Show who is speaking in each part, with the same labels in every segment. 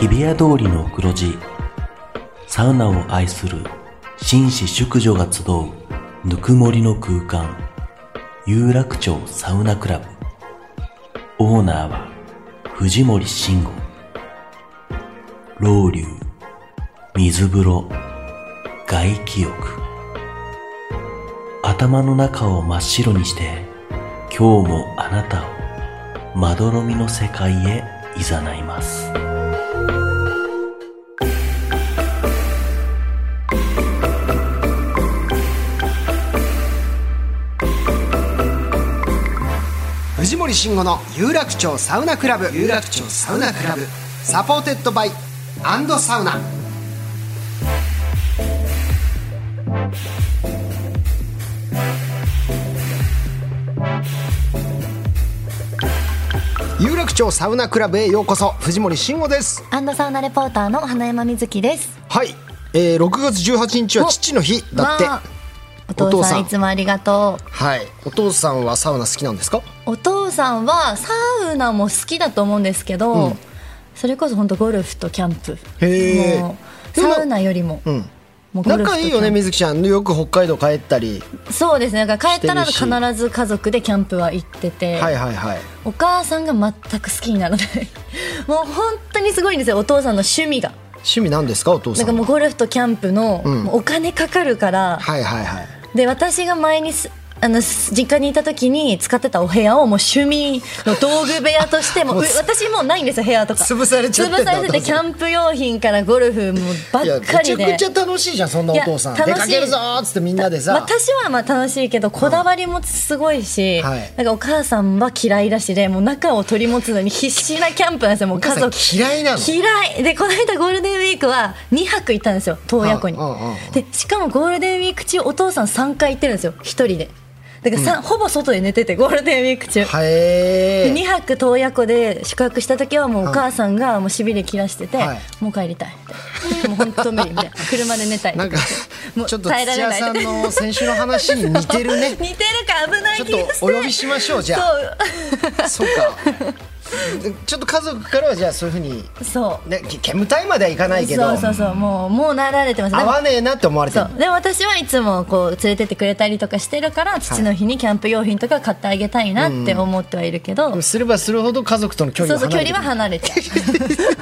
Speaker 1: 日比谷通りの黒字サウナを愛する紳士淑女が集うぬくもりの空間有楽町サウナクラブオーナーは藤森慎吾老流水風呂外気浴頭の中を真っ白にして今日もあなたをまどろみの世界へ誘います
Speaker 2: 藤森慎吾の有楽町サウナクラブ有楽町サウナクラブサポーテッドバイアンドサウナ有楽町サウナクラブへようこそ藤森慎吾です
Speaker 3: アンドサウナレポーターの花山瑞希です。
Speaker 2: はい、えー、6月18日は父の日だって、
Speaker 3: わあお父さん
Speaker 2: お父さん
Speaker 3: いつもありがとう。
Speaker 2: はいお父さんはサウナ好きなんですか
Speaker 3: お父さんはサウナも好きだと思うんですけど、それこそ本当ゴルフとキャンプ。
Speaker 2: へえ
Speaker 3: もうサウナよりも。
Speaker 2: ん
Speaker 3: もうゴルフと
Speaker 2: 仲いいよね
Speaker 3: キャン
Speaker 2: 水木ちゃんよく北海道帰ったり
Speaker 3: プそうですね。だから帰ったら
Speaker 2: してるし
Speaker 3: 必ず家族でキャンプは行ってて、
Speaker 2: はいはいはい
Speaker 3: お母さんが全く好きにならない。 もう本当にすごいんですよ。お父さんの趣味が。
Speaker 2: 趣味なんですかお父
Speaker 3: な
Speaker 2: さ
Speaker 3: ん
Speaker 2: ん
Speaker 3: かもうゴルフとキャンプの、
Speaker 2: ん
Speaker 3: もうお金かかるから、
Speaker 2: はいはいはい
Speaker 3: で私が前にすあのす実家にいた時に使ってたお部屋をもう趣味の道具部屋 としてもうう私もうないんですよ部屋とか
Speaker 2: 潰されちゃってんだ
Speaker 3: 潰されてて
Speaker 2: お父
Speaker 3: キ
Speaker 2: さ
Speaker 3: ャンプ用品からゴルフもば
Speaker 2: いや
Speaker 3: っ
Speaker 2: め
Speaker 3: か
Speaker 2: ち
Speaker 3: り
Speaker 2: ゃ
Speaker 3: で
Speaker 2: くちゃ楽しいじゃんそんないお
Speaker 3: や
Speaker 2: 父さん
Speaker 3: 楽し
Speaker 2: 出
Speaker 3: い
Speaker 2: かけるぞーっつってみんなでさ
Speaker 3: 私はまあ楽しいけどこだわりもすごいし、
Speaker 2: はい
Speaker 3: なんかお母さんは嫌いだしでもう仲を取り持つのに必死なキャンプなんですよもう家
Speaker 2: お
Speaker 3: 族
Speaker 2: 母さん嫌いなの
Speaker 3: 嫌いでこの間ゴールデンウィークは2泊行ったんですよ洞爺湖に
Speaker 2: うんうんうん
Speaker 3: でしかもゴールデンウィーク中お父さん3回行ってるんですよ1人でだからさ、ほぼ外で寝ててゴールデンウィーク中、
Speaker 2: はえ
Speaker 3: 2泊洞爺湖で宿泊した時はもうお母さんがもうしびれ切らしてて、
Speaker 2: はい
Speaker 3: もう帰りたいみたいなもう本当無理みた いな車で寝たい
Speaker 2: なんか
Speaker 3: もう
Speaker 2: ちょっと
Speaker 3: 耐えら
Speaker 2: 土
Speaker 3: れ
Speaker 2: 屋
Speaker 3: ない
Speaker 2: さんの先週の話に似てる ね
Speaker 3: 似てるか危ない
Speaker 2: ちょっ
Speaker 3: 気がして
Speaker 2: とお呼びしましょうじゃあそうかちょっと家族からはじゃあそういうふうに
Speaker 3: そうそう
Speaker 2: ねけ煙たいまではいかないけど
Speaker 3: そうそうそうもうもうなられてますで
Speaker 2: 合
Speaker 3: も
Speaker 2: わねえなって思われて
Speaker 3: そ
Speaker 2: る
Speaker 3: うでも私はいつもこう連れてってくれたりとかしてるから父の日にキャンプ用品とか買ってあげたいなって思ってはいるけど、
Speaker 2: でもすればするほど家族との距
Speaker 3: そ
Speaker 2: 離
Speaker 3: うそう
Speaker 2: は
Speaker 3: 距
Speaker 2: 離れてく
Speaker 3: 離は
Speaker 2: る
Speaker 3: 離れちゃう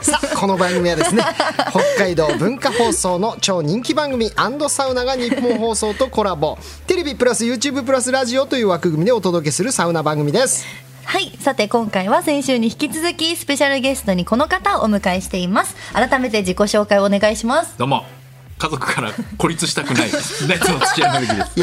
Speaker 2: さあこの番組は ですね北海道文化放送の超人気番組アンドサウナが日本放送とコラボテレビプラス YouTube プラスラジオという枠組みでお届けするサウナ番組です
Speaker 3: はいさて今回は先週に引き続きスペシャルゲストにこの方をお迎えしています改めて自己紹介をお願いします
Speaker 4: どうも家族から孤立したくないナイツの土屋の之です
Speaker 2: い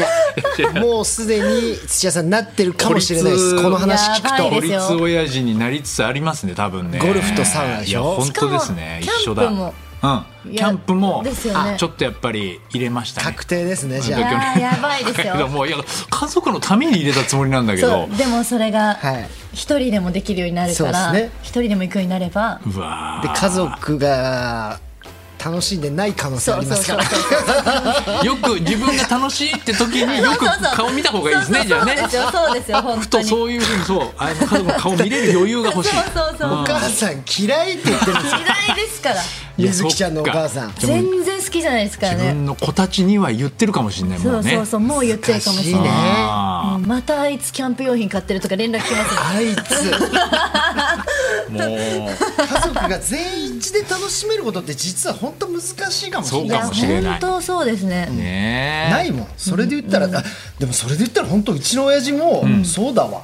Speaker 2: やもうすでに土屋さんなってるかもしれないで
Speaker 4: 孤
Speaker 2: す
Speaker 4: 立
Speaker 2: この話聞く
Speaker 3: やばい
Speaker 2: と
Speaker 3: で
Speaker 4: 孤
Speaker 3: す
Speaker 4: 立
Speaker 3: よ
Speaker 4: 親父になりつつありますね多分ね
Speaker 2: ゴルフとサウナで
Speaker 4: い
Speaker 2: し
Speaker 4: や
Speaker 2: ょ
Speaker 4: 本当ですね
Speaker 3: し
Speaker 4: 一
Speaker 3: かも
Speaker 4: 緒だ
Speaker 3: キャンプも
Speaker 4: うん
Speaker 3: いやで
Speaker 4: キャンプも
Speaker 3: すよね
Speaker 4: あちょっとやっぱり入れましたね
Speaker 2: 確定ですねじ
Speaker 3: い
Speaker 2: ゃ
Speaker 3: やーやばいです
Speaker 4: だけど
Speaker 3: よ
Speaker 4: もういや家族のために入れたつもりなんだけ
Speaker 3: そ
Speaker 4: ど
Speaker 3: うでもそれが
Speaker 2: はい
Speaker 3: 一人でもできるようになるから
Speaker 2: そうですね
Speaker 3: 一人でも行くようになれば
Speaker 4: うわ
Speaker 2: あ
Speaker 4: ー
Speaker 2: で家族が楽しんでない可能性ありますから
Speaker 3: そう
Speaker 4: よく自分が楽しいって時 によく 顔見た方がいいですねじゃあね
Speaker 3: そうですよそうですよ本
Speaker 4: ふ
Speaker 3: 当
Speaker 4: と
Speaker 3: に
Speaker 4: そういうふうにそうあの家族の顔見れる余裕が欲しい
Speaker 3: そうそうそう
Speaker 2: お母さん嫌いって言ってるんですよ
Speaker 3: 嫌いですから
Speaker 4: いや
Speaker 2: 水木ちゃんのお母
Speaker 4: そ
Speaker 2: さん
Speaker 4: っか
Speaker 3: 全然好きじゃないですから
Speaker 4: 自
Speaker 3: ね
Speaker 4: 分の子たちには言ってるかもしれない
Speaker 3: そ
Speaker 4: も
Speaker 3: うん
Speaker 4: ね。
Speaker 3: そうそうもう言ってるかもし
Speaker 2: 難し
Speaker 3: れ
Speaker 2: い
Speaker 3: ない
Speaker 2: ね
Speaker 4: あ
Speaker 3: うんまたあいつキャンプ用品買ってるとか連絡来ますよ
Speaker 2: あいつ
Speaker 4: あもう
Speaker 2: 家族が全員一致で楽しめることって実は本当難しいかもしれ
Speaker 4: そう
Speaker 2: ない
Speaker 4: かもしれない
Speaker 3: や本当そうですね
Speaker 4: ねえ
Speaker 2: ないもんそれで言ったら、あでもそれで言ったら本当うちの親父もそうだわ、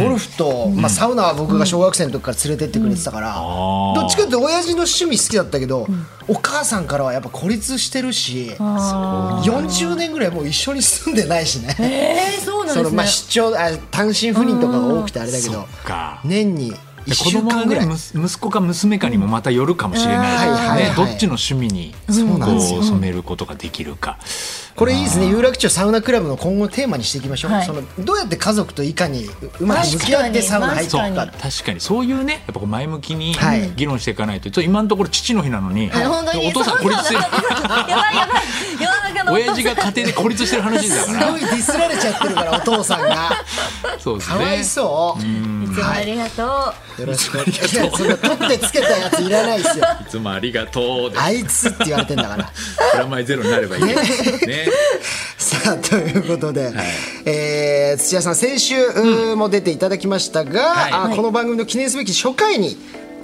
Speaker 2: ゴルフと、まあ、サウナは僕が小学生の時から連れてってくれてたから、
Speaker 4: ー
Speaker 2: どっちかっていうと親父の趣味好きだったけど、お母さんからはやっぱ孤立してるし、
Speaker 3: あ
Speaker 2: 40年ぐらいもう一緒に住んでないしね、
Speaker 3: ーえー、そうなん
Speaker 2: そ
Speaker 3: で
Speaker 2: の
Speaker 3: す
Speaker 2: ま
Speaker 3: ね
Speaker 2: あ出張あ単身赴任とかが多くてあれだけ
Speaker 4: そ
Speaker 2: ど
Speaker 4: っか。
Speaker 2: 年に1
Speaker 4: 子
Speaker 2: 週
Speaker 4: 供が
Speaker 2: 間ぐら
Speaker 4: ね
Speaker 2: い。
Speaker 4: むす息子か娘かにもまたよるかもしれない
Speaker 2: はいはい
Speaker 4: で
Speaker 2: はい
Speaker 4: ねどっちの趣味に
Speaker 2: うなんです
Speaker 4: こう染めることができるか
Speaker 2: これいいですね有楽町サウナクラブの今後のテーマにしていきましょう、
Speaker 3: はい
Speaker 2: そのどうやって家族といかにううまく向き合ってサウナ入ってい
Speaker 4: そう
Speaker 2: くか
Speaker 3: 確
Speaker 2: って
Speaker 4: 確かにそういうねやっぱこう前向きに
Speaker 2: はい
Speaker 4: 議論していかないとちょっと今のところ父の日なのに
Speaker 3: あ本当に
Speaker 4: お父さん
Speaker 3: そ
Speaker 4: 孤
Speaker 3: う
Speaker 4: 立してる
Speaker 3: やばいやばい世の中のお父さ
Speaker 4: 親
Speaker 3: ん
Speaker 4: 父が家庭で孤立してる話だ
Speaker 2: す
Speaker 4: か
Speaker 2: ごいディスられちゃってるからお父さんが
Speaker 4: らそうです
Speaker 2: かわ
Speaker 4: ね
Speaker 2: いそう、
Speaker 3: いつもありがとう、
Speaker 2: よろしくお願いしますそんな取ってつけたやついらないですよ
Speaker 4: いつもありがとうで
Speaker 2: あいつって言われてんだから
Speaker 4: プラマイゼロになればいいねね
Speaker 2: さあということで、えー土屋さん先週うーも出ていただきましたが、
Speaker 4: はい
Speaker 2: あーこの番組の記念すべき初回に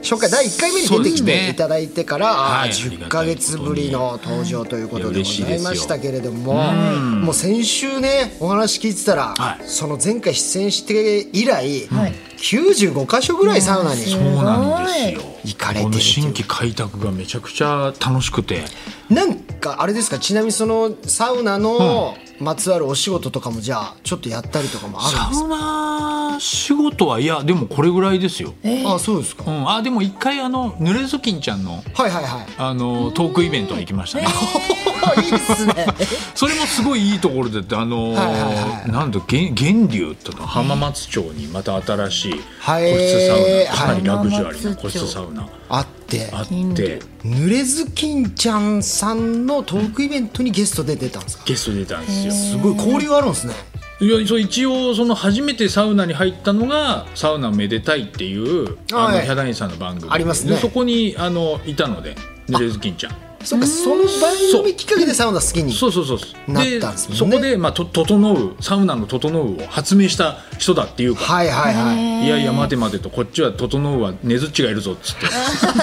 Speaker 2: 初回第1回目に出てき
Speaker 4: そうで
Speaker 2: て
Speaker 4: すね
Speaker 2: いただいてから、あー
Speaker 4: はい
Speaker 2: 10か月ぶりの登場ということで
Speaker 4: いや
Speaker 2: ご
Speaker 4: 嬉しい
Speaker 2: ざ
Speaker 4: で
Speaker 2: い
Speaker 4: すよ
Speaker 2: ましたけれども、もう先週ねお話聞いてたら、
Speaker 4: はい
Speaker 2: その前回出演して以来、
Speaker 3: はい
Speaker 2: 95箇所ぐらいサウナに
Speaker 3: す
Speaker 4: そ
Speaker 3: ご
Speaker 4: うなんですよ
Speaker 2: 行かれて
Speaker 4: こ
Speaker 2: るって
Speaker 4: の
Speaker 2: い
Speaker 4: 新
Speaker 2: う
Speaker 4: 規開拓がめちゃくちゃ楽しくて
Speaker 2: なんかあれですかちなみにそのサウナのまつわるお仕事とかもじゃあちょっとやったりとかもあるんですか
Speaker 4: サウナ仕事はいやでもこれぐらいですよ、
Speaker 2: あそうですか、
Speaker 4: う
Speaker 2: は
Speaker 4: ん、あでも一回あの濡れずきんちゃんの
Speaker 2: いはいはい
Speaker 4: あのトークイベントは行きましたね、
Speaker 2: あ いいっすね
Speaker 4: それもすごいいいところでってあのー
Speaker 2: はいはいはい
Speaker 4: なんだ源源流っていうのは浜松町にまた新しい個
Speaker 2: はい
Speaker 4: 室サウナ
Speaker 2: はい
Speaker 4: かなりラグジュアリーな個室サウナ
Speaker 2: あって
Speaker 4: あって
Speaker 2: 濡れずきんちゃんさんのトークイベントにゲストで出たんですか
Speaker 4: ゲストで出たんですよ
Speaker 2: すごい交流あるんですね
Speaker 4: いやそう一応その初めてサウナに入ったのが「サウナめでたい」っていうあ
Speaker 2: は
Speaker 4: の
Speaker 2: い
Speaker 4: ヒャダインさんの番組
Speaker 2: ありますね
Speaker 4: でそこにあのいたので濡れずきんちゃん
Speaker 2: そっかその番
Speaker 4: そう
Speaker 2: 組きっかけでサウナ好きに
Speaker 4: そうそうそう
Speaker 2: なったんですも
Speaker 4: そ
Speaker 2: んね
Speaker 4: こで、まあ、と整うサウナの整うを発明した人だっていうか
Speaker 2: はいはいはい
Speaker 4: いやいや待て待てとこっちは整うは根づっちがいるぞっつって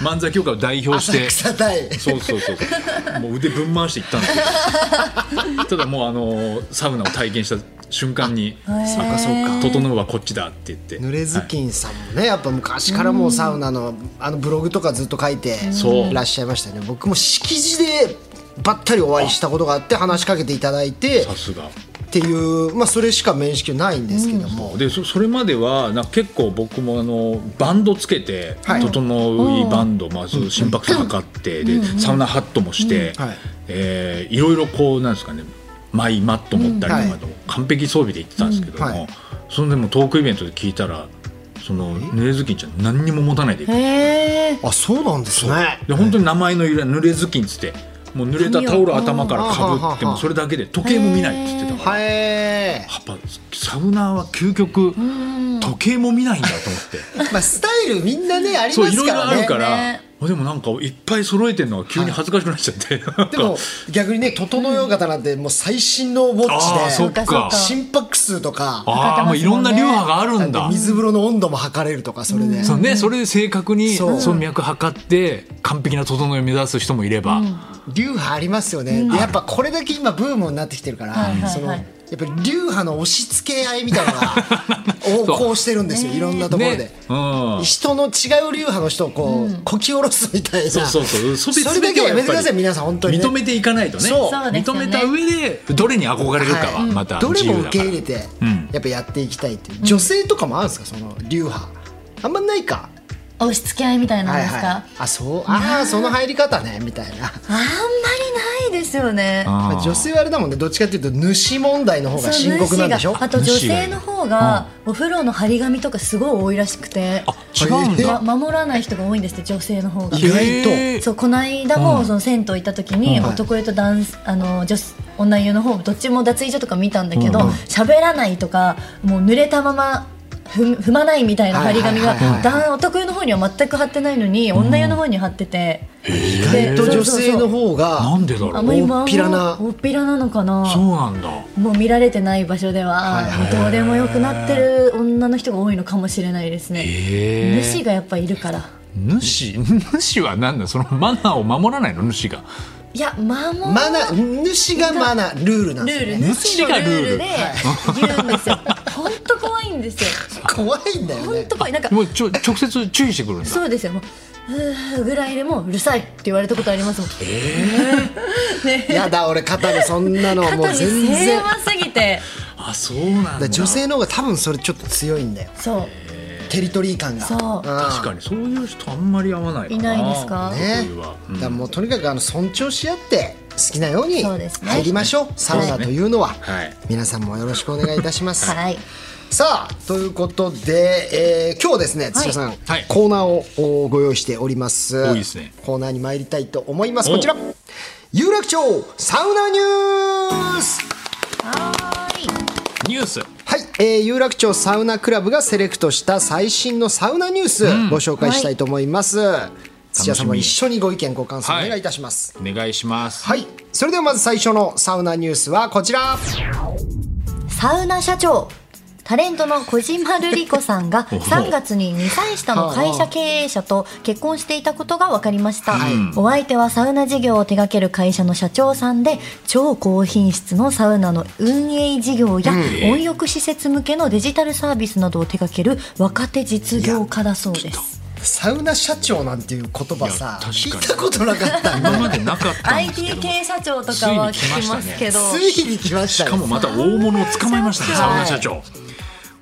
Speaker 4: 漫才協会を代表して
Speaker 2: 草大
Speaker 4: そうそうそうそうもう腕ぶん回していったんですけどただもうあのサウナを体験した瞬間に「そうかそうか整うはこっちだ」って言って
Speaker 2: 濡れずきんさんもねやっぱ昔からもうサウナのあのブログとかずっと書いて
Speaker 4: そう
Speaker 2: らっしゃいましたよね僕も敷地でばったりお会いしたことがあって話しかけていただいて
Speaker 4: さすが
Speaker 2: っていうまあそれしか面識ないんですけども、
Speaker 4: でそそれまではなんか結構僕もあのバンドつけて「
Speaker 2: はい
Speaker 4: 整いバンド」まず心拍数測って、でサウナハットもして、
Speaker 2: うんはい
Speaker 4: えーいろいろこうなんですかねマイマット持ったり
Speaker 2: うん
Speaker 4: とか、完璧装備で行ってたんですけども、
Speaker 2: うんはい
Speaker 4: そのでもトークイベントで聞いたらその濡れずきんちゃん何にも持たないで行く
Speaker 3: へえ
Speaker 2: あそうなんですね
Speaker 4: で本当に名前の由来濡れずきんっつってもう濡れたタオル頭からかぶって
Speaker 2: うん
Speaker 4: もそれだけで時計も見ないっつってたか
Speaker 2: は
Speaker 4: ら。
Speaker 2: え
Speaker 4: やっぱサウナーは究極時計も見ないんだと思っ て。
Speaker 2: まあスタイルみんなねあり
Speaker 4: そ
Speaker 2: ま
Speaker 4: うい
Speaker 2: す
Speaker 4: ろい
Speaker 2: か
Speaker 4: ろ
Speaker 2: ら
Speaker 4: ある
Speaker 2: ね
Speaker 4: から、
Speaker 3: ね
Speaker 4: でもなんかいっぱい揃えてるのが急に恥ずかしくなっちゃって、なんか
Speaker 2: でも逆にね整えよう方なんてもう最新のウォッ
Speaker 4: ああ
Speaker 2: チ
Speaker 4: そ
Speaker 2: で
Speaker 4: っ
Speaker 3: そうか
Speaker 4: か
Speaker 3: そうか
Speaker 2: 心拍数とか
Speaker 4: ああもういろんな流派があるんだ
Speaker 2: 水風呂の温度も測れるとかそれで、
Speaker 4: そう、ね、それで正確に
Speaker 2: そう
Speaker 4: その脈測って完璧な整いを目指す人もいれば、
Speaker 2: 流派ありますよね、でやっぱこれだけ今ブームになってきてるから、
Speaker 3: はいはい
Speaker 2: その
Speaker 3: は
Speaker 2: や
Speaker 3: い
Speaker 2: っぱり流派の押し付け合いみたいなのが 横行してるんですよいろんなところで、
Speaker 4: ねうん
Speaker 2: 人の違う流派の人をこう、こき下ろすみたいな
Speaker 4: そうそうそう
Speaker 2: そ
Speaker 4: それ
Speaker 2: れだけはやめてください皆さん本当に、ね、
Speaker 4: 認めていかないとね
Speaker 2: そう
Speaker 3: そうですよね
Speaker 4: 認めた上でどれに憧れるかはまた
Speaker 2: どれ
Speaker 4: 自由
Speaker 2: も
Speaker 4: だ
Speaker 2: 受
Speaker 4: か
Speaker 2: け入
Speaker 4: ら、
Speaker 2: れて
Speaker 4: ん
Speaker 2: やっぱやっていきたいっていう、女性とかもあるんですかその流派あんまないか
Speaker 3: 押し付け合いみたいなん
Speaker 2: はい
Speaker 3: ですか、
Speaker 2: はいあそうああその入り方ねみたいな
Speaker 3: あんまりないですよね
Speaker 4: あー
Speaker 2: 女性はあれだもんねどっちかっていうと主問題の方が深刻なんでしょ
Speaker 3: そう主があと女性の方がお風呂の張り紙とかすごい多いらしくて
Speaker 4: あ違うんだ、
Speaker 3: ま守らない人が多いんですって女性の方が
Speaker 2: 意外と
Speaker 4: えー
Speaker 3: そうこの間もその銭湯行った時に男湯と男あの女子女湯の方どっちも脱衣所とか見たんだけど喋、らないとかもう濡れたまま踏踏まないみたいな張り紙が
Speaker 2: はいはいはいはい
Speaker 3: 男男湯の方には全く貼ってないのに女湯の方に貼ってて、
Speaker 2: 意外と女性の方が
Speaker 4: なんでだろ
Speaker 3: あ
Speaker 4: う
Speaker 3: まりまあ
Speaker 2: 大っぴらな
Speaker 3: 大っぴらなのかな
Speaker 4: そうなんだ
Speaker 3: もう見られてない場所では、
Speaker 2: はいはい
Speaker 3: どうでもよくなってる女の人が多いのかもしれないですね、
Speaker 4: え
Speaker 3: 主がやっぱいるから
Speaker 4: 主主は何だそのマナーを守らないの主が
Speaker 3: いやマモ
Speaker 2: マナ主がマナルールなん
Speaker 3: ル
Speaker 2: ですよね
Speaker 3: ール主のルールで
Speaker 2: は
Speaker 3: 言うんですよ本当怖いんですよ
Speaker 2: 怖いんだよ
Speaker 3: 本
Speaker 2: ね
Speaker 3: 当怖いなんか
Speaker 4: もうちょ直接注意してくるんだ
Speaker 3: そうですよもううーぐらいでもううるさいって言われたことありますもん
Speaker 2: やだ俺肩のそんなのもう
Speaker 3: 肩に
Speaker 2: 全然
Speaker 3: 平和すぎて
Speaker 4: あそうなんだ
Speaker 2: だ女性の方が多分それちょっと強いんだよ
Speaker 3: そう
Speaker 2: テリトリー感が
Speaker 3: そうん
Speaker 4: 確かにそういう人あんまり合わないかない
Speaker 3: ないですか
Speaker 2: ね
Speaker 4: こういうはう
Speaker 2: だ
Speaker 4: ん
Speaker 2: からもうとにかくあの尊重し合って好きなように
Speaker 3: そうですね
Speaker 2: 入りましょうサウナというのは、
Speaker 4: はい
Speaker 2: 皆さんもよろしくお願いいたします、
Speaker 3: はい
Speaker 2: さあということで、えー今日はですね土屋さん、
Speaker 4: はい
Speaker 2: コーナーをおご用意しております
Speaker 4: おいいですね
Speaker 2: コーナーに参りたいと思います
Speaker 4: お
Speaker 2: こちら有楽町サウナニュース
Speaker 3: はーい
Speaker 4: ニュース
Speaker 2: はい、えー有楽町サウナクラブがセレクトした最新のサウナニュースご紹介したいと思います、土屋さんも一緒にご意見ご感想お
Speaker 4: はい
Speaker 2: 願いいたします
Speaker 4: お願いします
Speaker 2: はい、それではまず最初のサウナニュースはこちら
Speaker 3: サウナ社長タレントの小島瑠璃子さ んが3月に2歳下の会社経営者と結婚していたことが分かりました、お相手はサウナ事業を手掛ける会社の社長さんで超高品質のサウナの運営事業や温浴施設向けのデジタルサービスなどを手掛ける若手実業家だそうです
Speaker 2: サウナ社長なんていう言葉さ
Speaker 4: いや
Speaker 2: 聞
Speaker 4: 確かに
Speaker 2: いたことなか った
Speaker 4: 今までなかったんですけ
Speaker 3: IT
Speaker 4: ど
Speaker 3: 系社長とかは聞
Speaker 4: ついに来
Speaker 3: き
Speaker 4: ました
Speaker 3: ま
Speaker 4: ね
Speaker 3: すけど
Speaker 2: ついに来まし
Speaker 4: したかもまた大物を捕まえましたねサウナ社長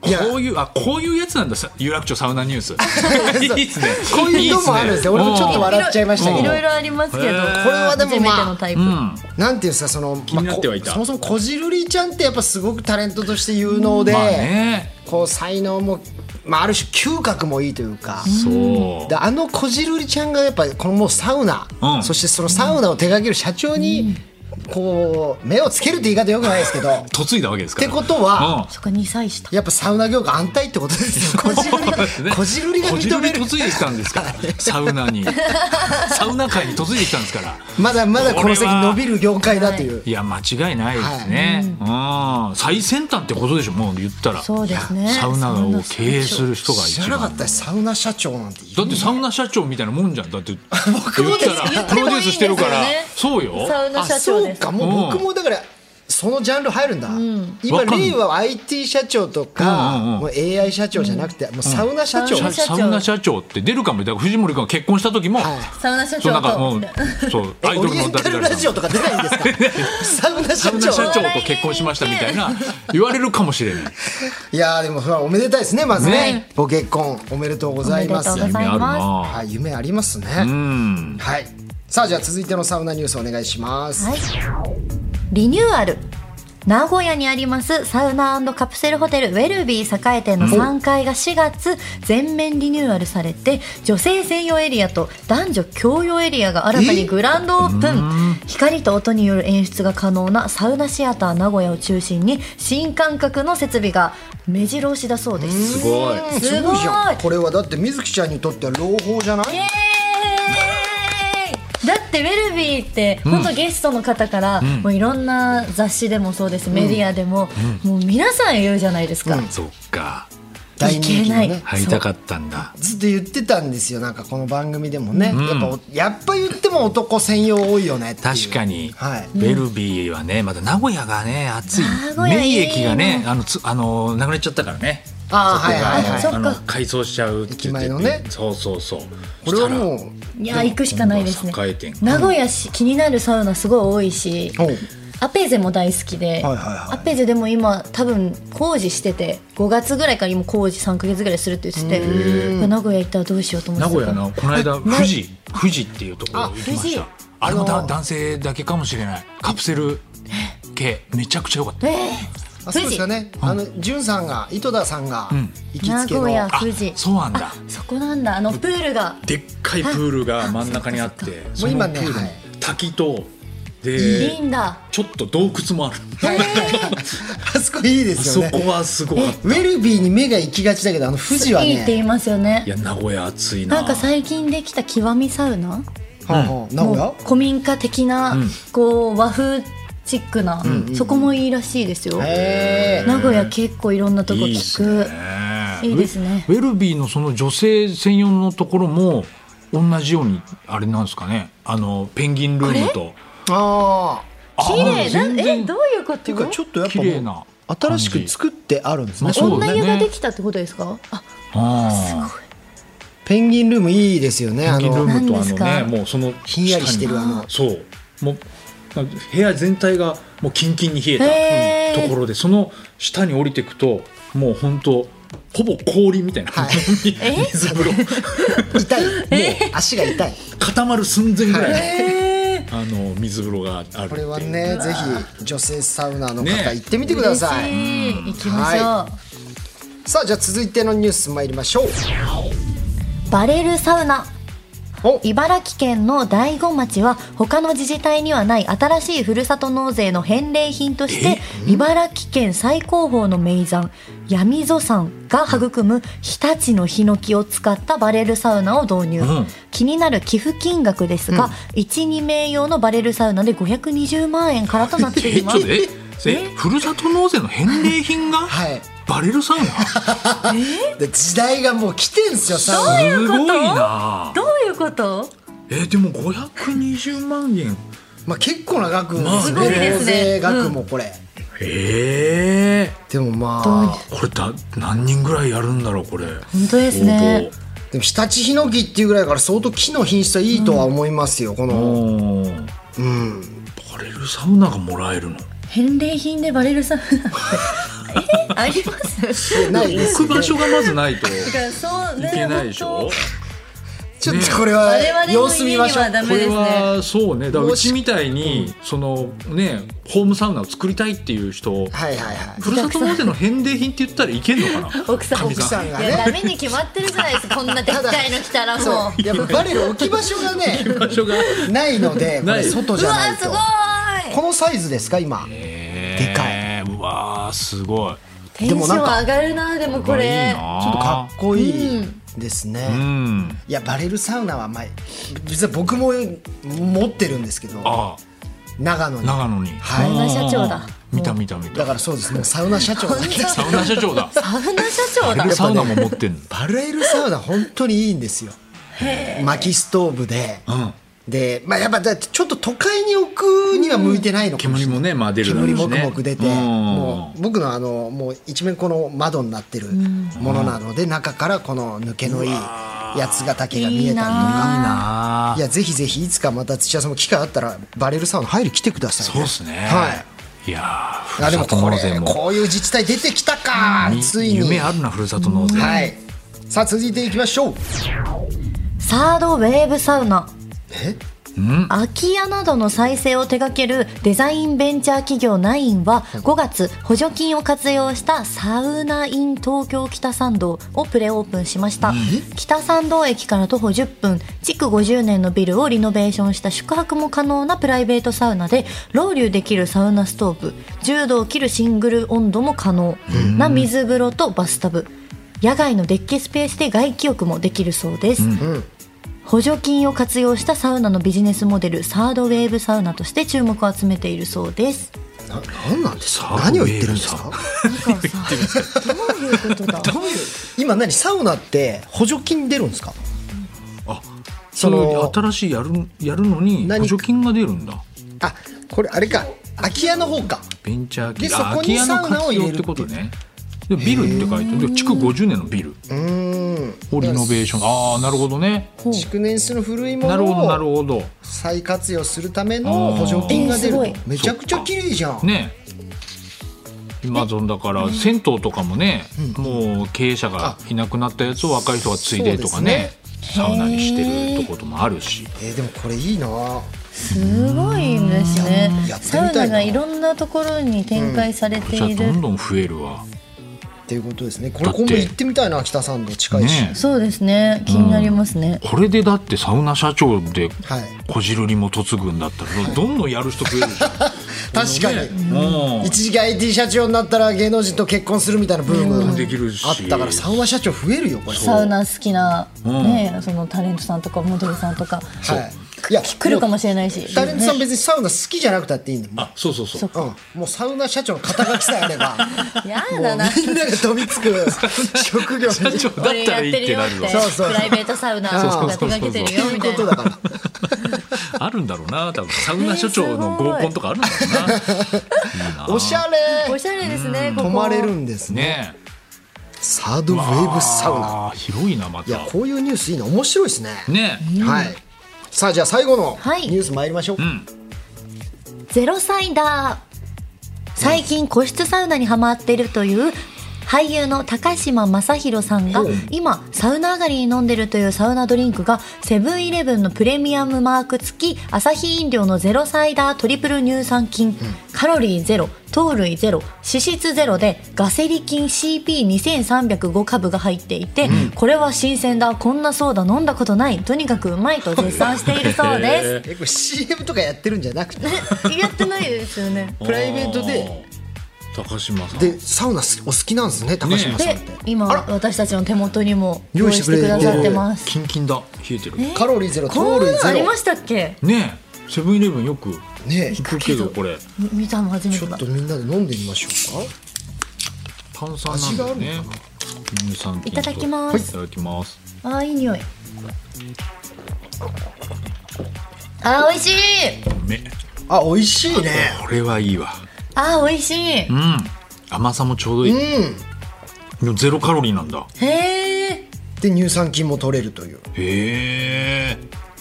Speaker 2: いや
Speaker 4: こういうあこういうやつなんださ有楽町サウナニュー スいいですね
Speaker 2: こういうのもあるんですよ俺もちょっと笑っちゃいましたけ
Speaker 3: い
Speaker 2: ど
Speaker 3: ろいろありますけど
Speaker 4: へー
Speaker 2: これはでもまあ
Speaker 3: 初めてのタイプ、
Speaker 2: なんていうんですかその気
Speaker 4: になってはいた
Speaker 2: そもそもこじるりちゃんってやっぱすごくタレントとして有能で、
Speaker 4: まあね
Speaker 2: こう才能も、まあ、ある種嗅覚もいいというか。
Speaker 4: そう
Speaker 2: であのこじるりちゃんがやっぱりこのもうサウナ、
Speaker 4: うん
Speaker 2: そしてそのサウナを手掛ける社長に、こう目をつけるって言い方よくないですけど っ
Speaker 4: 嫁いだわけですから
Speaker 2: てことは、
Speaker 4: うん
Speaker 3: そっか2歳下
Speaker 2: やっぱサウナ業界安泰ってことですよこじるりが
Speaker 4: そうですね
Speaker 2: こじるりが
Speaker 4: こじ
Speaker 2: 認
Speaker 4: るり
Speaker 2: める
Speaker 4: 嫁いできたんですからサウナ にサウナ界に嫁いできたんですから
Speaker 2: まだまだこの先
Speaker 4: これは
Speaker 2: 伸びる業界だという、
Speaker 4: いや間違いないですね、うん、最先端ってことでしょもう言ったら
Speaker 3: そうですね
Speaker 4: サウナを経営する人が
Speaker 2: 知
Speaker 4: 一
Speaker 2: らな
Speaker 4: 番
Speaker 2: かったよサウナ社長なんている
Speaker 4: だってサウナ社長みたいなもんじゃんだって言った
Speaker 2: も
Speaker 4: ら
Speaker 2: です
Speaker 4: プロデュースしてるからそうよ
Speaker 3: サウナ社長です
Speaker 2: あそうかもう
Speaker 4: うん
Speaker 2: 僕もだからそのジャンル入るんだ、今
Speaker 4: わかんない
Speaker 2: 令和は IT 社長とか、
Speaker 4: うんうんうん
Speaker 2: もう AI 社長じゃなくて、もうサウナ社長、
Speaker 3: うん
Speaker 4: サウナ社長って出るかもだから藤森君が結婚した時も、
Speaker 2: はい
Speaker 3: サウナ社
Speaker 4: そ
Speaker 3: 長
Speaker 4: うなんかも
Speaker 3: と
Speaker 4: うそう
Speaker 2: え
Speaker 4: アイド
Speaker 2: オ
Speaker 4: ル
Speaker 2: リエ
Speaker 4: の
Speaker 2: ンタ
Speaker 4: 誰
Speaker 2: ル
Speaker 4: 々
Speaker 2: ラジ
Speaker 4: さ
Speaker 2: オ
Speaker 4: ん
Speaker 2: とか出ないんですかサウナ社
Speaker 4: サウ
Speaker 2: 長
Speaker 4: ナ社長と結婚しましたみたいない言われるかもしれない
Speaker 2: いやーでもそれはおめでたいですねまずね
Speaker 4: ね
Speaker 2: ご結婚おめでとうございます
Speaker 3: おめでとうございま
Speaker 2: は
Speaker 3: す
Speaker 4: 夢あるな
Speaker 2: い、夢ありますね、
Speaker 4: うん
Speaker 2: はいさあじゃあ続いてのサウナニュースお願いします、
Speaker 3: はい、リニューアル名古屋にありますサウナカプセルホテルウェルビー栄店の3階が4月全面リニューアルされて女性専用エリアと男女共用エリアが新たにグランドオープン光と音による演出が可能なサウナシアター名古屋を中心に新感覚の設備が目白押しだそうです。
Speaker 4: すごい
Speaker 2: うんすごいじゃんこれはだって水木ちゃんにとっては朗報じゃない
Speaker 3: イエーイだってウェルビーって本当ゲストの方から、もういろんな雑誌でもそうです、メディアでも、もう皆さん言うじゃないですか、
Speaker 4: そっか
Speaker 2: 大人気の
Speaker 3: いけな
Speaker 2: ね
Speaker 3: い
Speaker 4: 入りたかったんだ
Speaker 2: ずっと言ってたんですよなんかこの番組でもね、やっぱおやっぱ言っても男専用多いよねっていう
Speaker 4: 確かに、
Speaker 2: はい
Speaker 4: ベルビーはねまだ名古屋がね暑い
Speaker 3: 名古屋いいね
Speaker 4: 名駅がねあのつあのなくなっちゃったからね
Speaker 2: あー
Speaker 4: そこが
Speaker 2: はいはいはい
Speaker 3: あそっか
Speaker 4: あの改装しちゃうって言って
Speaker 2: 駅前のね
Speaker 4: そうそうそう
Speaker 2: これはも
Speaker 4: う
Speaker 2: う
Speaker 3: いや行くしかないですね
Speaker 4: 栄店
Speaker 3: 名古屋市気になるサウナすごい多いし、
Speaker 2: おう
Speaker 3: アペーゼも大好き
Speaker 2: は
Speaker 3: で、
Speaker 2: いはいはい
Speaker 3: アペーゼでも今多分工事してて5月ぐらいから今工事3か月ぐらいするって言っててこれ名古屋行ったらどうしようと思って
Speaker 4: 名
Speaker 3: た
Speaker 4: 古屋のこの間富士富士っていうところ行きました
Speaker 3: あ富士
Speaker 4: あれもだ
Speaker 3: あの
Speaker 4: 男性だけかもしれないカプセル系めちゃくちゃ良かった
Speaker 3: えー
Speaker 2: あそう
Speaker 3: 富
Speaker 2: です
Speaker 3: 士
Speaker 2: よね、あのじゅんさんが井戸田さんが
Speaker 4: ん
Speaker 2: 行き
Speaker 3: 名
Speaker 2: つけの、
Speaker 3: 古屋
Speaker 4: あ
Speaker 3: 富士
Speaker 4: そうなんだ
Speaker 3: あそこなんだあのプールが
Speaker 4: でっかいプールが真ん中にあって
Speaker 2: そっかそっか
Speaker 4: その
Speaker 2: もう今
Speaker 4: プ
Speaker 2: ね
Speaker 4: ール
Speaker 2: はい
Speaker 4: 滝と
Speaker 3: いい
Speaker 4: で
Speaker 3: んだ
Speaker 4: ちょっと洞窟もある
Speaker 2: あそこいいで
Speaker 4: あ
Speaker 2: す
Speaker 4: そ
Speaker 2: よね
Speaker 4: こはすごかった
Speaker 2: ウェルビーに目が行きがちだけどあの富士はい
Speaker 3: いって言い
Speaker 2: ね
Speaker 3: ますよ
Speaker 4: い
Speaker 3: ね
Speaker 4: や名古屋暑いな
Speaker 3: なんか最近できた極みサウナ
Speaker 2: はあはあ名古屋
Speaker 3: もう古民家的な、
Speaker 4: ん
Speaker 3: こう和風チックな、そこもいいらしいですよ、
Speaker 2: へえ
Speaker 3: 名古屋結構いろんなとこ
Speaker 4: いいっ
Speaker 3: 聞
Speaker 4: す
Speaker 3: く
Speaker 4: ね
Speaker 3: いいですね
Speaker 4: ウェウェルビーのその女性専用のところも同じようにあれなんですかねあのペンギンルームと
Speaker 2: ああ
Speaker 3: 綺麗
Speaker 4: あ
Speaker 3: なえ
Speaker 4: 全
Speaker 3: ど
Speaker 4: 然
Speaker 3: ういうこ
Speaker 2: っていう
Speaker 3: と
Speaker 2: かちょっとやっぱ
Speaker 4: 綺麗な
Speaker 2: もう新しく作ってあるんですね
Speaker 4: 感じそうだ
Speaker 3: 女
Speaker 4: ね
Speaker 3: 湯ができたってことですかあ
Speaker 4: あー
Speaker 2: ペンギンルームいいですよね
Speaker 4: ペ
Speaker 2: あ
Speaker 4: ンギンル
Speaker 2: の
Speaker 4: ームとあ
Speaker 3: 何です
Speaker 4: のね
Speaker 3: か
Speaker 4: もうその
Speaker 2: ひんやりしてるあの
Speaker 4: そうもう部屋全体がもうキンキンに冷え
Speaker 3: へー
Speaker 4: たところでその下に降りていくともう本当ほぼ氷みたいな、
Speaker 2: はい
Speaker 4: 水風呂
Speaker 2: 痛いもう足が痛い
Speaker 4: 固まる寸前ぐらいの、あの水風呂があるっていう
Speaker 2: これはねぜひ女性サウナの方
Speaker 4: ね
Speaker 2: 行ってみてください、
Speaker 3: 嬉しい行きましょう、
Speaker 2: はさあじゃあ続いてのニュース参りましょう
Speaker 3: バレルサウナ
Speaker 2: お
Speaker 3: 茨城県の大子町は他の自治体にはない新しいふるさと納税の返礼品として茨城県最高峰の名山闇ぞ山が育む日立のヒノキを使ったバレルサウナを導入、
Speaker 4: うん
Speaker 3: 気になる寄付金額ですが、12名用のバレルサウナで520万円からとなって
Speaker 4: え
Speaker 3: い
Speaker 4: ち
Speaker 3: ま
Speaker 4: ょ
Speaker 3: す
Speaker 4: っとええふるさと納税の返礼品が
Speaker 2: はい
Speaker 4: バレルサウナ
Speaker 2: で時代がもう来てんすよサウナ
Speaker 4: すごいな
Speaker 3: どういうこと
Speaker 4: えでも520万円
Speaker 2: まあ結構な額です
Speaker 4: まあすごい
Speaker 2: ね
Speaker 3: で
Speaker 2: 納
Speaker 3: すね
Speaker 2: 税額もこれ、
Speaker 4: ええ
Speaker 2: でもま
Speaker 3: どうに
Speaker 2: あ
Speaker 4: これだ何人ぐらいやるんだろうこれ
Speaker 3: 本当ですね
Speaker 2: でも日立ヒノキっていうぐらいだから相当木の品質はいいとは思いますよ、こ
Speaker 4: 応
Speaker 2: の
Speaker 4: 募うん
Speaker 2: うん
Speaker 4: バレルサウナがもらえるの
Speaker 3: 返礼品でバレルサウ ナってえあります
Speaker 2: ないです
Speaker 4: 置く
Speaker 2: よね
Speaker 4: 場所がまずないとい
Speaker 3: だからそうね
Speaker 4: けないでしょ
Speaker 3: 本
Speaker 2: ちょっとこれは
Speaker 3: 当あれはね
Speaker 2: 様子見ましょう
Speaker 3: もう家にはダ
Speaker 4: こ
Speaker 3: メで
Speaker 4: れ
Speaker 3: すね
Speaker 4: はそうねだから
Speaker 2: も
Speaker 4: う
Speaker 2: し
Speaker 4: ちみたいにそのねホームサウナを作りたいっていう人
Speaker 2: はいはいはい
Speaker 4: ふるさと納税の返礼品って言ったらいけんのかな
Speaker 3: 奥さん
Speaker 2: 奥さんが
Speaker 3: いや
Speaker 2: ね
Speaker 3: ダメに決まってるじゃないで すかこんなでっかいの来たらもううわ
Speaker 2: そうやっぱバレル置き場所がね
Speaker 4: 場所が
Speaker 2: ないのでこ
Speaker 4: な
Speaker 2: れ
Speaker 4: い
Speaker 2: 外じゃない
Speaker 3: す
Speaker 2: と
Speaker 3: ご
Speaker 2: このサイズですか今
Speaker 4: で
Speaker 2: か
Speaker 4: い。うわーすごい。
Speaker 3: いテンション上がるなでもこ
Speaker 4: いい
Speaker 3: れ
Speaker 4: な。
Speaker 2: ちょっとかっこいい
Speaker 3: うん
Speaker 2: ですね、
Speaker 4: うん。
Speaker 2: いやバレルサウナはまあ実は僕も持ってるんですけど
Speaker 4: あ
Speaker 2: 長野
Speaker 4: あ
Speaker 2: に
Speaker 4: 長野に。
Speaker 2: はい
Speaker 3: サウナ社長だ
Speaker 4: うん見た見た見
Speaker 2: だ
Speaker 4: た。
Speaker 2: からそうですもうサウナ社長なんで
Speaker 4: サウナ社長だ。
Speaker 3: サウナ社長だ
Speaker 4: バレルサウナも持ってんの。
Speaker 2: バレルサウナ本当にいいんですよ薪ストーブで、
Speaker 4: うん。
Speaker 2: でまあやっぱだってちょっと都会に置くには向いてないのかもし
Speaker 4: 煙
Speaker 2: れない
Speaker 4: もねまあ出るだろうし
Speaker 2: 煙
Speaker 4: ね。
Speaker 2: もくもく出て、
Speaker 4: うん
Speaker 2: もう僕のあのもう一面この窓になってるものなので、中からこの抜けのいい八ヶ岳が見えたりと
Speaker 3: いい
Speaker 2: か。
Speaker 4: あ
Speaker 2: いやぜひぜひいつかまた土屋さんも機会あったらバレルサウナ入り来てください、
Speaker 4: ーそうですね。
Speaker 2: はい。
Speaker 4: いやーふ
Speaker 2: あで
Speaker 4: るさ
Speaker 2: も
Speaker 4: と
Speaker 2: こ
Speaker 4: 納税
Speaker 2: れ
Speaker 4: も。
Speaker 2: こういう自治体出てきたかついに
Speaker 4: 夢あるなふるさと納税。
Speaker 2: はいさあ続いていきましょう
Speaker 3: サードウェーブサウナ
Speaker 2: え
Speaker 3: 空き家などの再生を手掛けるデザインベンチャー企業ナインは5月補助金を活用したサウナイン東京北参道をプレオープンしました北参道駅から徒歩10分築50年のビルをリノベーションした宿泊も可能なプライベートサウナでロウリュできるサウナストーブ10度を切るシングル温度も可能な水風呂とバスタブ野外のデッキスペースで外気浴もできるそうです、補助金を活用したサウナのビジネスモデルサードウェーブサウナとして注目を集めているそうです。
Speaker 2: ななんなんですか
Speaker 4: サウナ
Speaker 2: 何を言ってるんです
Speaker 4: サ
Speaker 2: か
Speaker 4: ウ
Speaker 3: なんかさ、どういうことだ。
Speaker 2: 今何サウナって補助金出るんですか
Speaker 4: あ
Speaker 2: そ
Speaker 4: そ
Speaker 2: の
Speaker 4: の新しいやるやるのに
Speaker 2: 何
Speaker 4: 補助金が出るんだ。
Speaker 2: あこれあれか空き家の方か
Speaker 4: ベンチャー
Speaker 2: で
Speaker 4: 企業
Speaker 2: そこに
Speaker 4: あ空き家の活用ってことね。でビルって書いてあるで築50年のビル
Speaker 2: うーん
Speaker 4: をリノベーションああなるほどね
Speaker 2: 築年数の古いも
Speaker 4: なるほどなる
Speaker 2: のを
Speaker 4: ほど
Speaker 2: 再活用するための補助金が出る
Speaker 3: あーえーす
Speaker 2: めちゃくちゃ綺麗じゃん、
Speaker 4: ね今ゾンだから銭湯とかもね、もう経営者がいなくなったやつを若い人が継いでとかねサウナにしてるとこともあるし
Speaker 2: えーでもこれいいな
Speaker 3: すごいんですね
Speaker 2: やっ。てみたいな
Speaker 3: サウナがいろんなところに展開されて
Speaker 4: じゃあ
Speaker 3: い
Speaker 4: ど
Speaker 3: る。
Speaker 4: んどん増えるわ
Speaker 2: っていうことですねこれ
Speaker 4: だって
Speaker 2: 今度行ってみたいな北さんの近いし、
Speaker 4: ね
Speaker 3: そうですね。気になりますね。
Speaker 4: これでだってサウナ社長で
Speaker 2: はい
Speaker 4: こじるりも嫁ぐんだったらどんどんやる人増えるじゃん
Speaker 2: 確かに、
Speaker 4: もう
Speaker 2: 一時期 IT 社長になったら芸能人と結婚するみたいなブーム
Speaker 4: できるし
Speaker 2: あったからサウナ社長増えるよこれ
Speaker 3: サウナ好きな、
Speaker 4: ん
Speaker 3: ね、そのタレントさんとかモデルさんとか。
Speaker 2: はい、いや
Speaker 3: 来るかも
Speaker 2: し
Speaker 3: しれないし。
Speaker 2: タレントさん
Speaker 3: ね
Speaker 2: 別にサウナ好きじゃなくたっていいんだもん
Speaker 4: あそうそうそう
Speaker 2: うん、もうサウナ社長の肩書きさえあれ ば
Speaker 3: や
Speaker 2: もう
Speaker 3: だな。
Speaker 2: みんなが飛びつく職業に
Speaker 4: 社長だったらいいってなるわ
Speaker 2: そうそうそう
Speaker 3: プライベートサウナとか手掛けてるよ
Speaker 2: と
Speaker 3: みた
Speaker 2: い
Speaker 3: いう
Speaker 2: こと
Speaker 3: な
Speaker 2: だ。から
Speaker 4: あるんだろうな多分サウナ社長の合コンとかあるんだろうないいな
Speaker 2: おしゃれ
Speaker 3: おしゃれですね。ここ
Speaker 2: 泊まれるんですね
Speaker 4: ねえ
Speaker 2: サードウェーブサウナ
Speaker 4: あー広いなま
Speaker 2: いや
Speaker 4: た
Speaker 2: こういうニュースいいな面白いですね
Speaker 4: ねえ
Speaker 2: はいさあじゃあ最後の
Speaker 3: はい
Speaker 2: ニュース参りましょう、
Speaker 4: うん
Speaker 3: ゼロサイダー最近個室サウナにハマっているという俳優の高島正宏さんが今サウナ上がりに飲んでるというサウナドリンクがセブンイレブンのプレミアムマーク付きアサヒ飲料のゼロサイダートリプル乳酸菌カロリーゼロ糖類ゼロ脂質ゼロでガセリ菌 CP2305 株が入っていて、これは新鮮だこんなソーダ飲んだことないとにかくうまいと絶賛しているそうで
Speaker 2: えこれ CM とかやってるんじゃなくて
Speaker 3: す やってないですよね
Speaker 2: プライベートで
Speaker 4: あー高島さん
Speaker 2: でサウナすお好きなんですね高島さん
Speaker 3: で
Speaker 2: って、
Speaker 3: 今私たちの手元にも用
Speaker 2: 用
Speaker 3: 意
Speaker 2: 意
Speaker 3: し
Speaker 2: してて
Speaker 3: く
Speaker 2: くれて
Speaker 3: だ
Speaker 2: る
Speaker 3: さってます
Speaker 4: キンキンだ冷えてるね
Speaker 2: カロリーゼロ
Speaker 3: こ
Speaker 2: 糖
Speaker 3: ん
Speaker 2: 類
Speaker 3: なのあ
Speaker 2: ゼ
Speaker 3: り
Speaker 2: ロ
Speaker 3: ましたっけ
Speaker 4: えセブンイレブンよく
Speaker 2: ねえ
Speaker 4: 行くけどこれ
Speaker 3: み見たの初め
Speaker 2: ち
Speaker 3: て
Speaker 2: ょっ
Speaker 3: だ
Speaker 2: とみんなで飲んでみましょうか
Speaker 4: 炭酸なんだよね
Speaker 2: 味があるの
Speaker 4: 乳酸菌と
Speaker 3: いただきます
Speaker 4: いただきます
Speaker 3: あーいい匂いあー美味しいう
Speaker 4: め
Speaker 2: あ美味しいね
Speaker 4: これはいいわ
Speaker 3: あー美味しい
Speaker 4: うん甘さもちょうどいい、でもゼロカロリーなんだ
Speaker 3: へえ
Speaker 2: で乳酸菌も取れるという
Speaker 4: へえ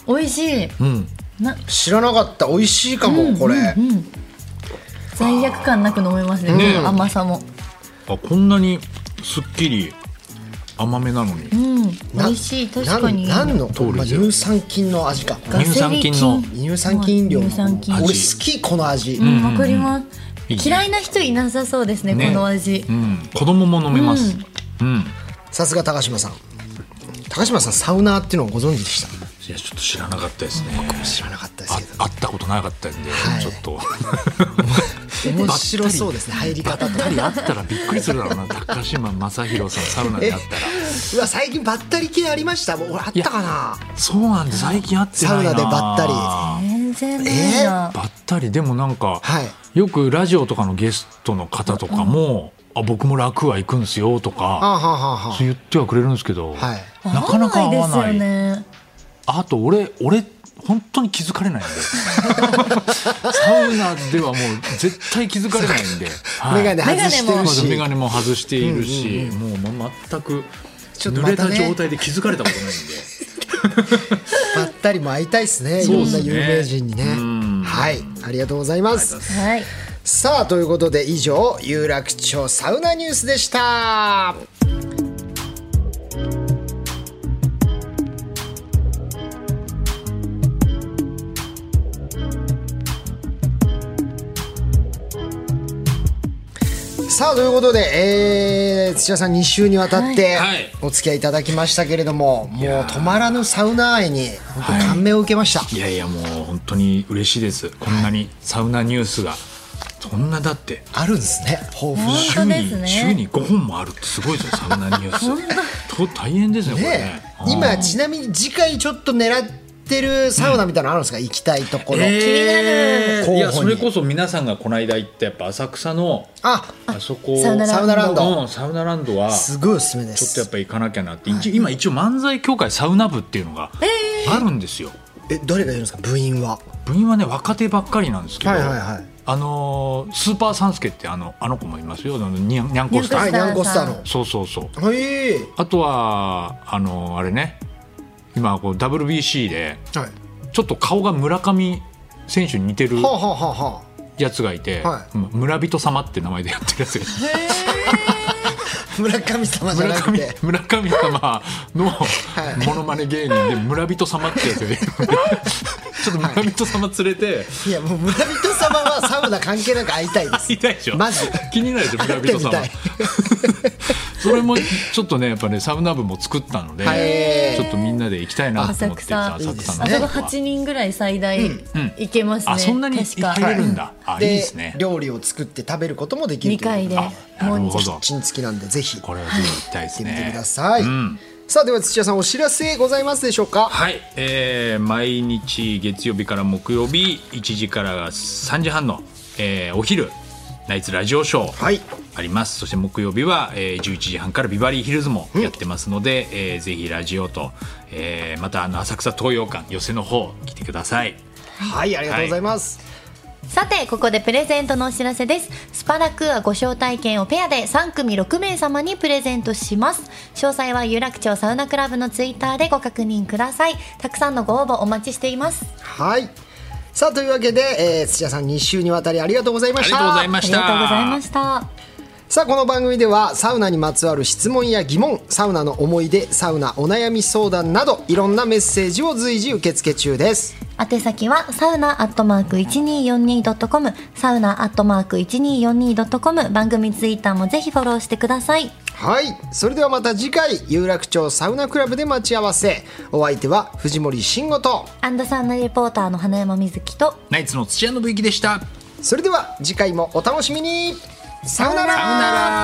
Speaker 3: 美味しい
Speaker 4: うん
Speaker 3: な
Speaker 2: 知らなかった美味しいかもこれ、
Speaker 3: 罪悪感なく飲めますね
Speaker 4: ね
Speaker 3: 甘さも
Speaker 4: あこんなにすっきり甘めなのに、
Speaker 3: うん美
Speaker 2: な
Speaker 3: 味しい確かに
Speaker 2: なんなんの、
Speaker 4: 糖類
Speaker 2: まあ、
Speaker 4: ゼロ
Speaker 2: 乳酸菌の味か
Speaker 3: ガセリ
Speaker 4: 乳酸菌の
Speaker 2: 乳酸菌飲料
Speaker 3: 乳酸菌
Speaker 2: 俺
Speaker 4: 味
Speaker 2: 好きこの味、
Speaker 3: うんわかります
Speaker 4: いいね
Speaker 3: 嫌いな人いなさそうですね
Speaker 4: ね
Speaker 3: この味
Speaker 4: うん、子供も飲めますうん、い
Speaker 2: さすが高島さん高島さんサウナーっていうのをご存知でした
Speaker 4: やちょっと知らなかったですね、
Speaker 2: 知らなかったです
Speaker 4: あ
Speaker 2: けど
Speaker 4: 会ったことなかったんで、
Speaker 2: い
Speaker 4: ちょっと
Speaker 2: 面白そうですね入り方と
Speaker 4: 二
Speaker 2: か
Speaker 4: 人会ったらびっくりするだろうな高島正宏さんサウナで会ったら
Speaker 2: うわ最近ばったり系ありましたもう俺あったかな
Speaker 4: そうなんで最近会ってないな
Speaker 2: サウナでばったり
Speaker 3: 全然ないな
Speaker 4: ばったりでもなんか、
Speaker 2: はい
Speaker 4: よくラジオとかのゲストの方とかも「あ僕も楽は行くんすよ」と
Speaker 2: あ
Speaker 4: か
Speaker 2: はあはあは
Speaker 4: そう言ってはくれるんですけど、
Speaker 2: はい
Speaker 4: なかなか会わない
Speaker 3: ですよね
Speaker 4: あと俺俺本当に気づか れないんでサウナではもう絶対気づかれないんで、
Speaker 2: あ
Speaker 4: はい
Speaker 2: 眼鏡外してる
Speaker 4: まず
Speaker 2: し
Speaker 4: 眼鏡も外しているし、もうま全く
Speaker 2: ちょっと
Speaker 4: 濡
Speaker 2: ま
Speaker 4: れ
Speaker 2: た
Speaker 4: た
Speaker 2: ね
Speaker 4: 状態で気づかれたことないんで、
Speaker 2: ばったりも会いたいですねい
Speaker 4: そう
Speaker 2: ろ
Speaker 4: っ
Speaker 2: ん
Speaker 4: す
Speaker 2: な
Speaker 4: ね
Speaker 2: 有名人にね
Speaker 4: うん
Speaker 2: はいありがとうございます
Speaker 3: はい
Speaker 2: さあということで以上有楽町サウナニュースでしたさあということで、えー、土屋さん2週にわたって
Speaker 4: はいはい
Speaker 2: お付き合いいただきましたけれども、もう止まらぬサウナ愛に本当感銘を受けました、
Speaker 4: いやいやもう本当に嬉しいですこんなにサウナニュースがそんなだって
Speaker 2: あるんですね豊富な
Speaker 4: 週
Speaker 3: 本当です
Speaker 4: に、
Speaker 3: ね
Speaker 4: 週に5本もあるってすごいですよサウナニュースと大変ですねこれ
Speaker 2: ね
Speaker 4: ね
Speaker 2: 今ちなみに次回ちょっと狙ってるサウナみたいなのあるんですか、行きたいところ、
Speaker 4: え
Speaker 2: 気になる
Speaker 4: いや
Speaker 2: 候
Speaker 4: そ
Speaker 2: 補に
Speaker 4: れこそ皆さんがこの間行ったやっぱ浅草の
Speaker 2: あ
Speaker 4: あそこ
Speaker 3: サウナラ
Speaker 2: サウナランド、
Speaker 4: うんサウナランドは
Speaker 2: す
Speaker 4: ち
Speaker 2: ごいおすすめで
Speaker 4: ょっとやっ
Speaker 2: す
Speaker 4: ぱ行かなきゃなって、一応今一応漫才協会サウナ部っていうのがあるんですよ、
Speaker 2: え誰がいるんですか部員は
Speaker 4: 部員はね若手ばっかりなんですけど、
Speaker 2: はいはいはい
Speaker 4: あのースーパーサンスケってあのあの子もいますよあのにゃんにゃんこスタ
Speaker 2: は
Speaker 4: ー
Speaker 2: いニャンコスターの
Speaker 4: そうそうそう
Speaker 2: はい
Speaker 4: あとはあのーあれね今こう WBC で
Speaker 2: はい
Speaker 4: ちょっと顔が村上選手に似てる
Speaker 2: はあ、はあはあは
Speaker 4: やつがいて、
Speaker 2: は
Speaker 4: うん村人様って名前でやってるやつがいて
Speaker 2: あ、村上様じゃ
Speaker 4: 村
Speaker 2: なく
Speaker 4: 上
Speaker 2: て
Speaker 4: 村上様の
Speaker 2: い
Speaker 4: モノマネ芸人で村人様ってやつがい るちょっと村人様連れて、
Speaker 2: いやもう村人様はサウナ関係なく会いたいです
Speaker 4: いたいでしょ
Speaker 2: マジ
Speaker 4: 気になるでしょ 村人様
Speaker 2: 会って
Speaker 4: それもちょっとねやっぱねサウナ部も作ったので、
Speaker 2: へー
Speaker 4: ちょっとみんなで行きたいなと思って
Speaker 3: 浅草
Speaker 4: 浅草の
Speaker 3: あ
Speaker 4: ね
Speaker 3: そこ8人ぐらい最大いけますね、
Speaker 4: あそんなに
Speaker 3: 確か
Speaker 4: 入れるんだ、あいいですね
Speaker 2: 料理を作って食べることもできる
Speaker 3: 2
Speaker 2: という
Speaker 3: 回で
Speaker 2: こ
Speaker 3: も
Speaker 4: なる
Speaker 3: う
Speaker 4: ほ
Speaker 2: とキ
Speaker 4: ど
Speaker 2: ッチン付きなんでぜひ
Speaker 4: これはぜひ行きた
Speaker 2: 行
Speaker 4: いで
Speaker 2: って
Speaker 4: す
Speaker 2: み
Speaker 4: ね
Speaker 2: てください、
Speaker 4: うん
Speaker 2: さあでは土屋さんお知らせございますでしょうか
Speaker 4: はい、えー毎日月曜日から木曜日1時から3時半の、えーお昼ナイツラジオショ
Speaker 2: はい
Speaker 4: ーあります、そして木曜日は、えー11時半からビバリーヒルズもやってますので、えーぜひラジオと、えーまたあの浅草東洋館寄せの方来てください
Speaker 2: はいありがとうございます、
Speaker 3: さてここでプレゼントのお知らせですスパラクーアご招待券をペアで3組6名様にプレゼントします詳細は有楽町サウナクラブのツイッターでご確認くださいたくさんのご応募お待ちしています
Speaker 2: はい。さあというわけで、えー土屋さん2週にわたりありがとうございま
Speaker 4: あ
Speaker 2: し
Speaker 4: り
Speaker 2: た。
Speaker 4: がとうございま
Speaker 3: あり
Speaker 4: した
Speaker 3: がとうございました
Speaker 2: さあこの番組ではサウナにまつわる質問や疑問サウナの思い出サウナお悩み相談などいろんなメッセージを随時受付中です
Speaker 3: 宛先はサウナアットマーク 1242.com サウナアットマーク 1242.com 番組ツイッターもぜひフォローしてください
Speaker 2: はいそれではまた次回有楽町サウナクラブで待ち合わせお相手は藤森慎吾と
Speaker 3: アンドサウナレポーターの花山瑞希と
Speaker 4: ナイツの土屋信之でした
Speaker 2: それでは次回もお楽しみに
Speaker 3: さよなら